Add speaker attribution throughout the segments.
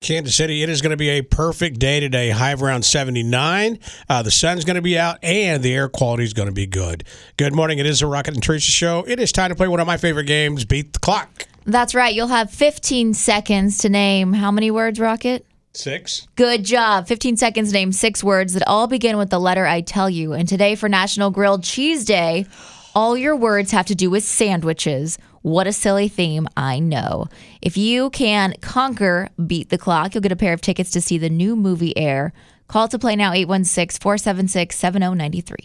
Speaker 1: Kansas City. It is going to be a perfect day today, high of around 79. Uh, the sun's going to be out and the air quality is going to be good. Good morning. It is the Rocket and Teresa show. It is time to play one of my favorite games, Beat the Clock.
Speaker 2: That's right. You'll have 15 seconds to name how many words, Rocket?
Speaker 1: Six.
Speaker 2: Good job. 15 seconds name six words that all begin with the letter I tell you. And today for National Grilled Cheese Day, all your words have to do with sandwiches. What a silly theme, I know. If you can conquer Beat the Clock, you'll get a pair of tickets to see the new movie Air. Call to play now 816 476 7093.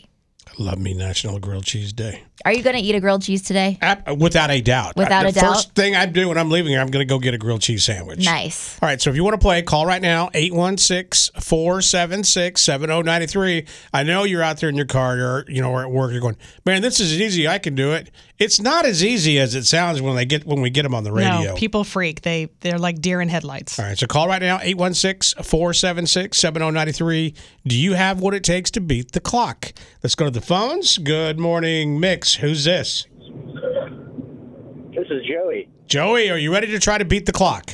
Speaker 1: Love me National Grilled Cheese Day.
Speaker 2: Are you going to eat a grilled cheese today?
Speaker 1: Ab- Without a doubt.
Speaker 2: Without
Speaker 1: the
Speaker 2: a doubt.
Speaker 1: First thing I do when I'm leaving here, I'm going to go get a grilled cheese sandwich.
Speaker 2: Nice.
Speaker 1: All right, so if you want to play, call right now, 816 476 7093. I know you're out there in your car, you're, you know, or at work, you're going, man, this is easy. I can do it. It's not as easy as it sounds when they get when we get them on the radio.
Speaker 3: No, people freak. They they're like deer in headlights.
Speaker 1: All right, so call right now, 816 476 7093. Do you have what it takes to beat the clock? Let's go to the phones. Good morning, Mix. Who's this?
Speaker 4: This is Joey.
Speaker 1: Joey, are you ready to try to beat the clock?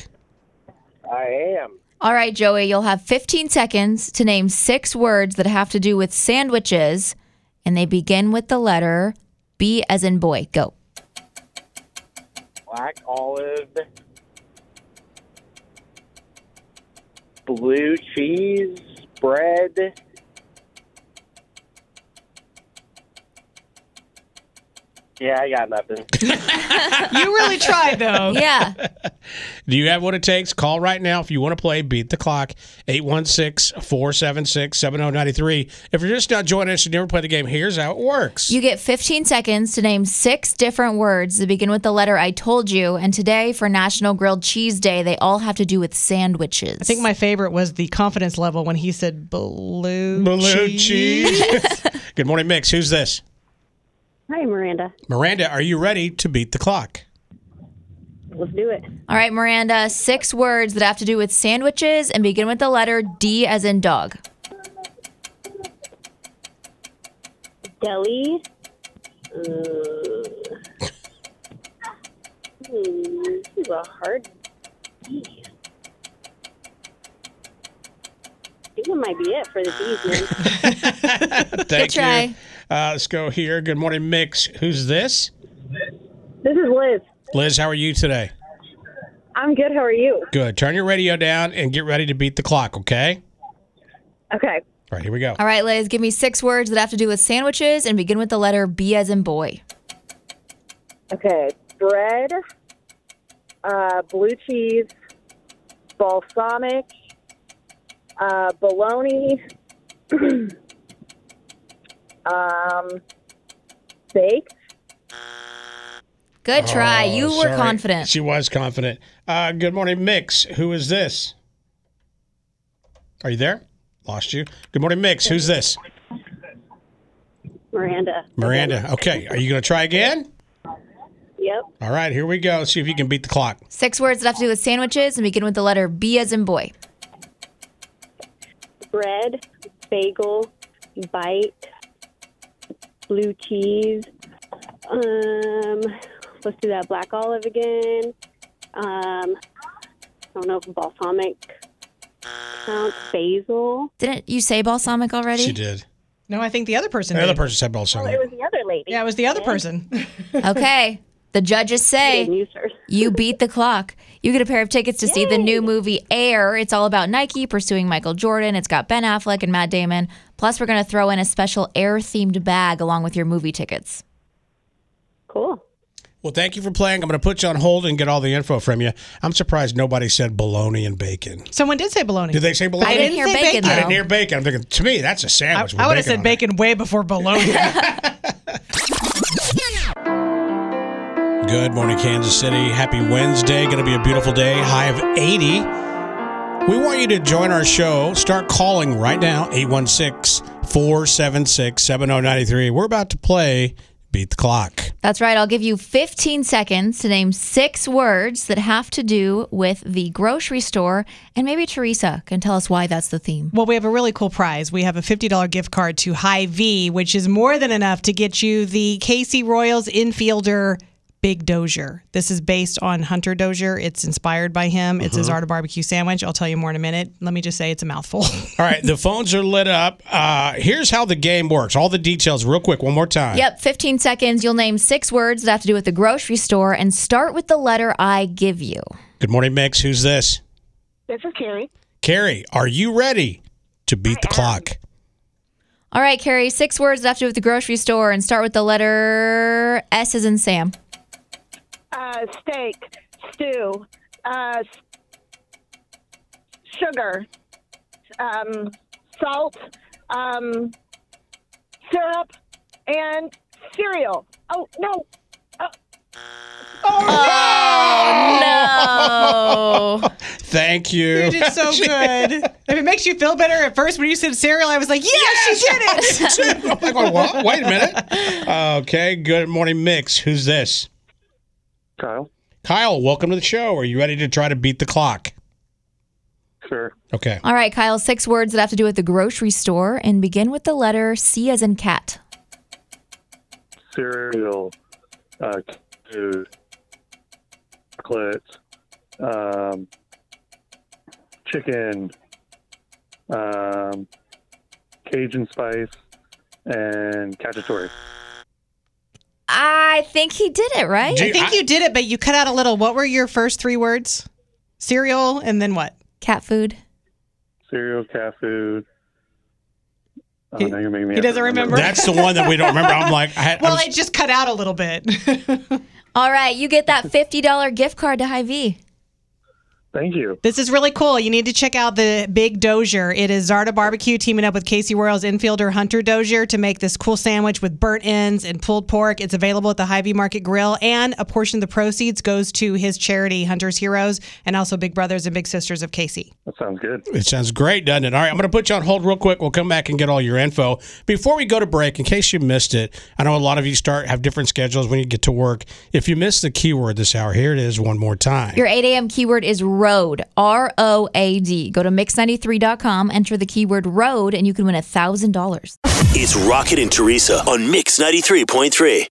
Speaker 4: I am.
Speaker 2: All right, Joey, you'll have 15 seconds to name six words that have to do with sandwiches, and they begin with the letter B as in boy. Go.
Speaker 4: Black olive, blue cheese, bread, yeah, I got nothing.
Speaker 3: You really tried though.
Speaker 2: Yeah.
Speaker 1: Do you have what it takes? Call right now if you want to play Beat the Clock, 816 476 7093. If you're just not joining us and you never played the game, here's how it works.
Speaker 2: You get 15 seconds to name six different words that begin with the letter I told you. And today, for National Grilled Cheese Day, they all have to do with sandwiches.
Speaker 3: I think my favorite was the confidence level when he said blue,
Speaker 1: Blue
Speaker 3: cheese.
Speaker 1: cheese. Good morning, Mix. Who's this?
Speaker 5: Hi, Miranda.
Speaker 1: Miranda, are you ready to beat the clock?
Speaker 5: Let's do it.
Speaker 2: All right, Miranda, six words that have to do with sandwiches and begin with the letter D as in dog.
Speaker 5: Deli. Uh, hmm, this is a hard D. I think that might be it for this evening.
Speaker 1: Thank
Speaker 2: try.
Speaker 1: you. Uh, let's go here. Good morning, Mix. Who's this?
Speaker 5: This is Liz.
Speaker 1: Liz, how are you today?
Speaker 5: I'm good. How are you?
Speaker 1: Good. Turn your radio down and get ready to beat the clock, okay?
Speaker 5: Okay.
Speaker 1: All right, here we go.
Speaker 2: All right, Liz, give me six words that have to do with sandwiches and begin with the letter B as in boy.
Speaker 5: Okay. Bread. Uh, blue cheese. Balsamic. Uh, bologna. um, baked.
Speaker 2: Good try.
Speaker 1: Oh,
Speaker 2: you were
Speaker 1: sorry.
Speaker 2: confident.
Speaker 1: She was confident. Uh, good morning, Mix. Who is this? Are you there? Lost you. Good morning, Mix. Who's this?
Speaker 5: Miranda.
Speaker 1: Miranda. Okay. Are you going to try again?
Speaker 5: Yep.
Speaker 1: All right, here we go. Let's see if you can beat the clock.
Speaker 2: Six words that have to do with sandwiches and begin with the letter B as in boy.
Speaker 5: bread, bagel, bite, blue cheese. Um, let's do that black olive again. Um, I don't know if balsamic counts. Basil.
Speaker 2: Didn't you say balsamic already?
Speaker 1: She did.
Speaker 3: No, I think the other person.
Speaker 1: The other
Speaker 3: did.
Speaker 1: person said balsamic.
Speaker 5: was the other lady.
Speaker 3: Yeah, it was the other person.
Speaker 2: Okay. The judges say
Speaker 5: You, sir.
Speaker 2: You beat the clock. You get a pair of tickets to see the new movie Air. It's all about Nike pursuing Michael Jordan. It's got Ben Affleck and Matt Damon. Plus, we're going to throw in a special Air themed bag along with your movie tickets.
Speaker 5: Cool.
Speaker 1: Well, thank you for playing. I'm going to put you on hold and get all the info from you. I'm surprised nobody said bologna and bacon.
Speaker 3: Someone did say bologna.
Speaker 1: Did they say bologna?
Speaker 2: I didn't hear
Speaker 3: say
Speaker 2: bacon,
Speaker 3: bacon.
Speaker 2: though.
Speaker 1: I didn't hear bacon. I'm thinking, to me, that's a
Speaker 3: I,
Speaker 1: sandwich. with
Speaker 3: I would have
Speaker 1: on
Speaker 3: said
Speaker 1: it.
Speaker 3: bacon way before bologna.
Speaker 1: Good morning, Kansas City. Happy Wednesday. Going to be a beautiful day. High of 80. We want you to join our show. Start calling right now, 816 476 7093. We're about to play Beat the Clock.
Speaker 2: That's right. I'll give you 15 seconds to name six words that have to do with the grocery store. And maybe Teresa can tell us why that's the theme.
Speaker 3: Well, we have a really cool prize. We have a $50 gift card to High V, which is more than enough to get you the Casey Royals infielder Big Dozier. This is based on Hunter Dozier. It's inspired by him. It's
Speaker 1: Uh-huh.
Speaker 3: his art of barbecue sandwich. I'll tell you more in a minute. Let me just say it's a mouthful.
Speaker 1: All right, the phones are lit up. Uh, here's how the game works. All the details, real quick, one more time.
Speaker 2: Yep, 15 seconds. You'll name six words that have to do with the grocery store and start with the letter I give you.
Speaker 1: Good morning, Mix. Who's this?
Speaker 5: This is Carrie.
Speaker 1: Carrie, are you ready to beat the clock?
Speaker 2: All right, Carrie, six words that have to do with the grocery store and start with the letter S as in Sam.
Speaker 5: Uh, steak, stew, uh, s- sugar, um, salt, um, syrup, and cereal. Oh, no.
Speaker 2: No.
Speaker 1: Thank you.
Speaker 3: you did so good. If it makes you feel better, at first when you said cereal, I was like, yeah, she did it.
Speaker 1: I'm like, what? Wait a minute. Okay, good morning, Mix. Who's this?
Speaker 4: Kyle?
Speaker 1: Kyle, welcome to the show. Are you ready to try to beat the clock?
Speaker 4: Sure.
Speaker 1: Okay.
Speaker 2: All right, Kyle, six words that have to do with the grocery store and begin with the letter C as in cat.
Speaker 4: Cereal, uh, food, chocolate, um, chicken, um, Cajun spice, and cacciatore.
Speaker 2: I think he did it, right?
Speaker 1: Do
Speaker 3: I think
Speaker 1: I-
Speaker 3: you did it, but you cut out a little. What were your first three words? Cereal and then what?
Speaker 2: cat food.
Speaker 4: Cereal, cat food. Oh, now you're making me
Speaker 3: he
Speaker 4: have to
Speaker 3: doesn't remember.
Speaker 1: That's the one that we don't remember. I'm like, I, I
Speaker 3: Well,
Speaker 1: was-
Speaker 3: it just cut out a little bit.
Speaker 2: All right, you get that $50 gift card to Hy-Vee.
Speaker 4: Thank you.
Speaker 3: this is really cool. You need to check out the Big Dozier. It is Zarda Barbecue teaming up with Casey Royals infielder Hunter Dozier to make this cool sandwich with burnt ends and pulled pork. It's available at the Hy-Vee Market Grill, and a portion of the proceeds goes to his charity, Hunter's Heroes, and also Big Brothers and Big Sisters of Casey.
Speaker 4: That sounds good.
Speaker 1: It sounds great, doesn't it? All right, I'm going to put you on hold real quick. We'll come back and get all your info. Before we go to break, in case you missed it, I know a lot of you start have different schedules when you get to work. If you missed the keyword this hour, here it is one more time.
Speaker 2: Your 8 a.m. keyword is road, R O A D. Go to mix93.com, enter the keyword road, and you can win $1,000.
Speaker 6: It's Rocket and Teresa on Mix 93.3.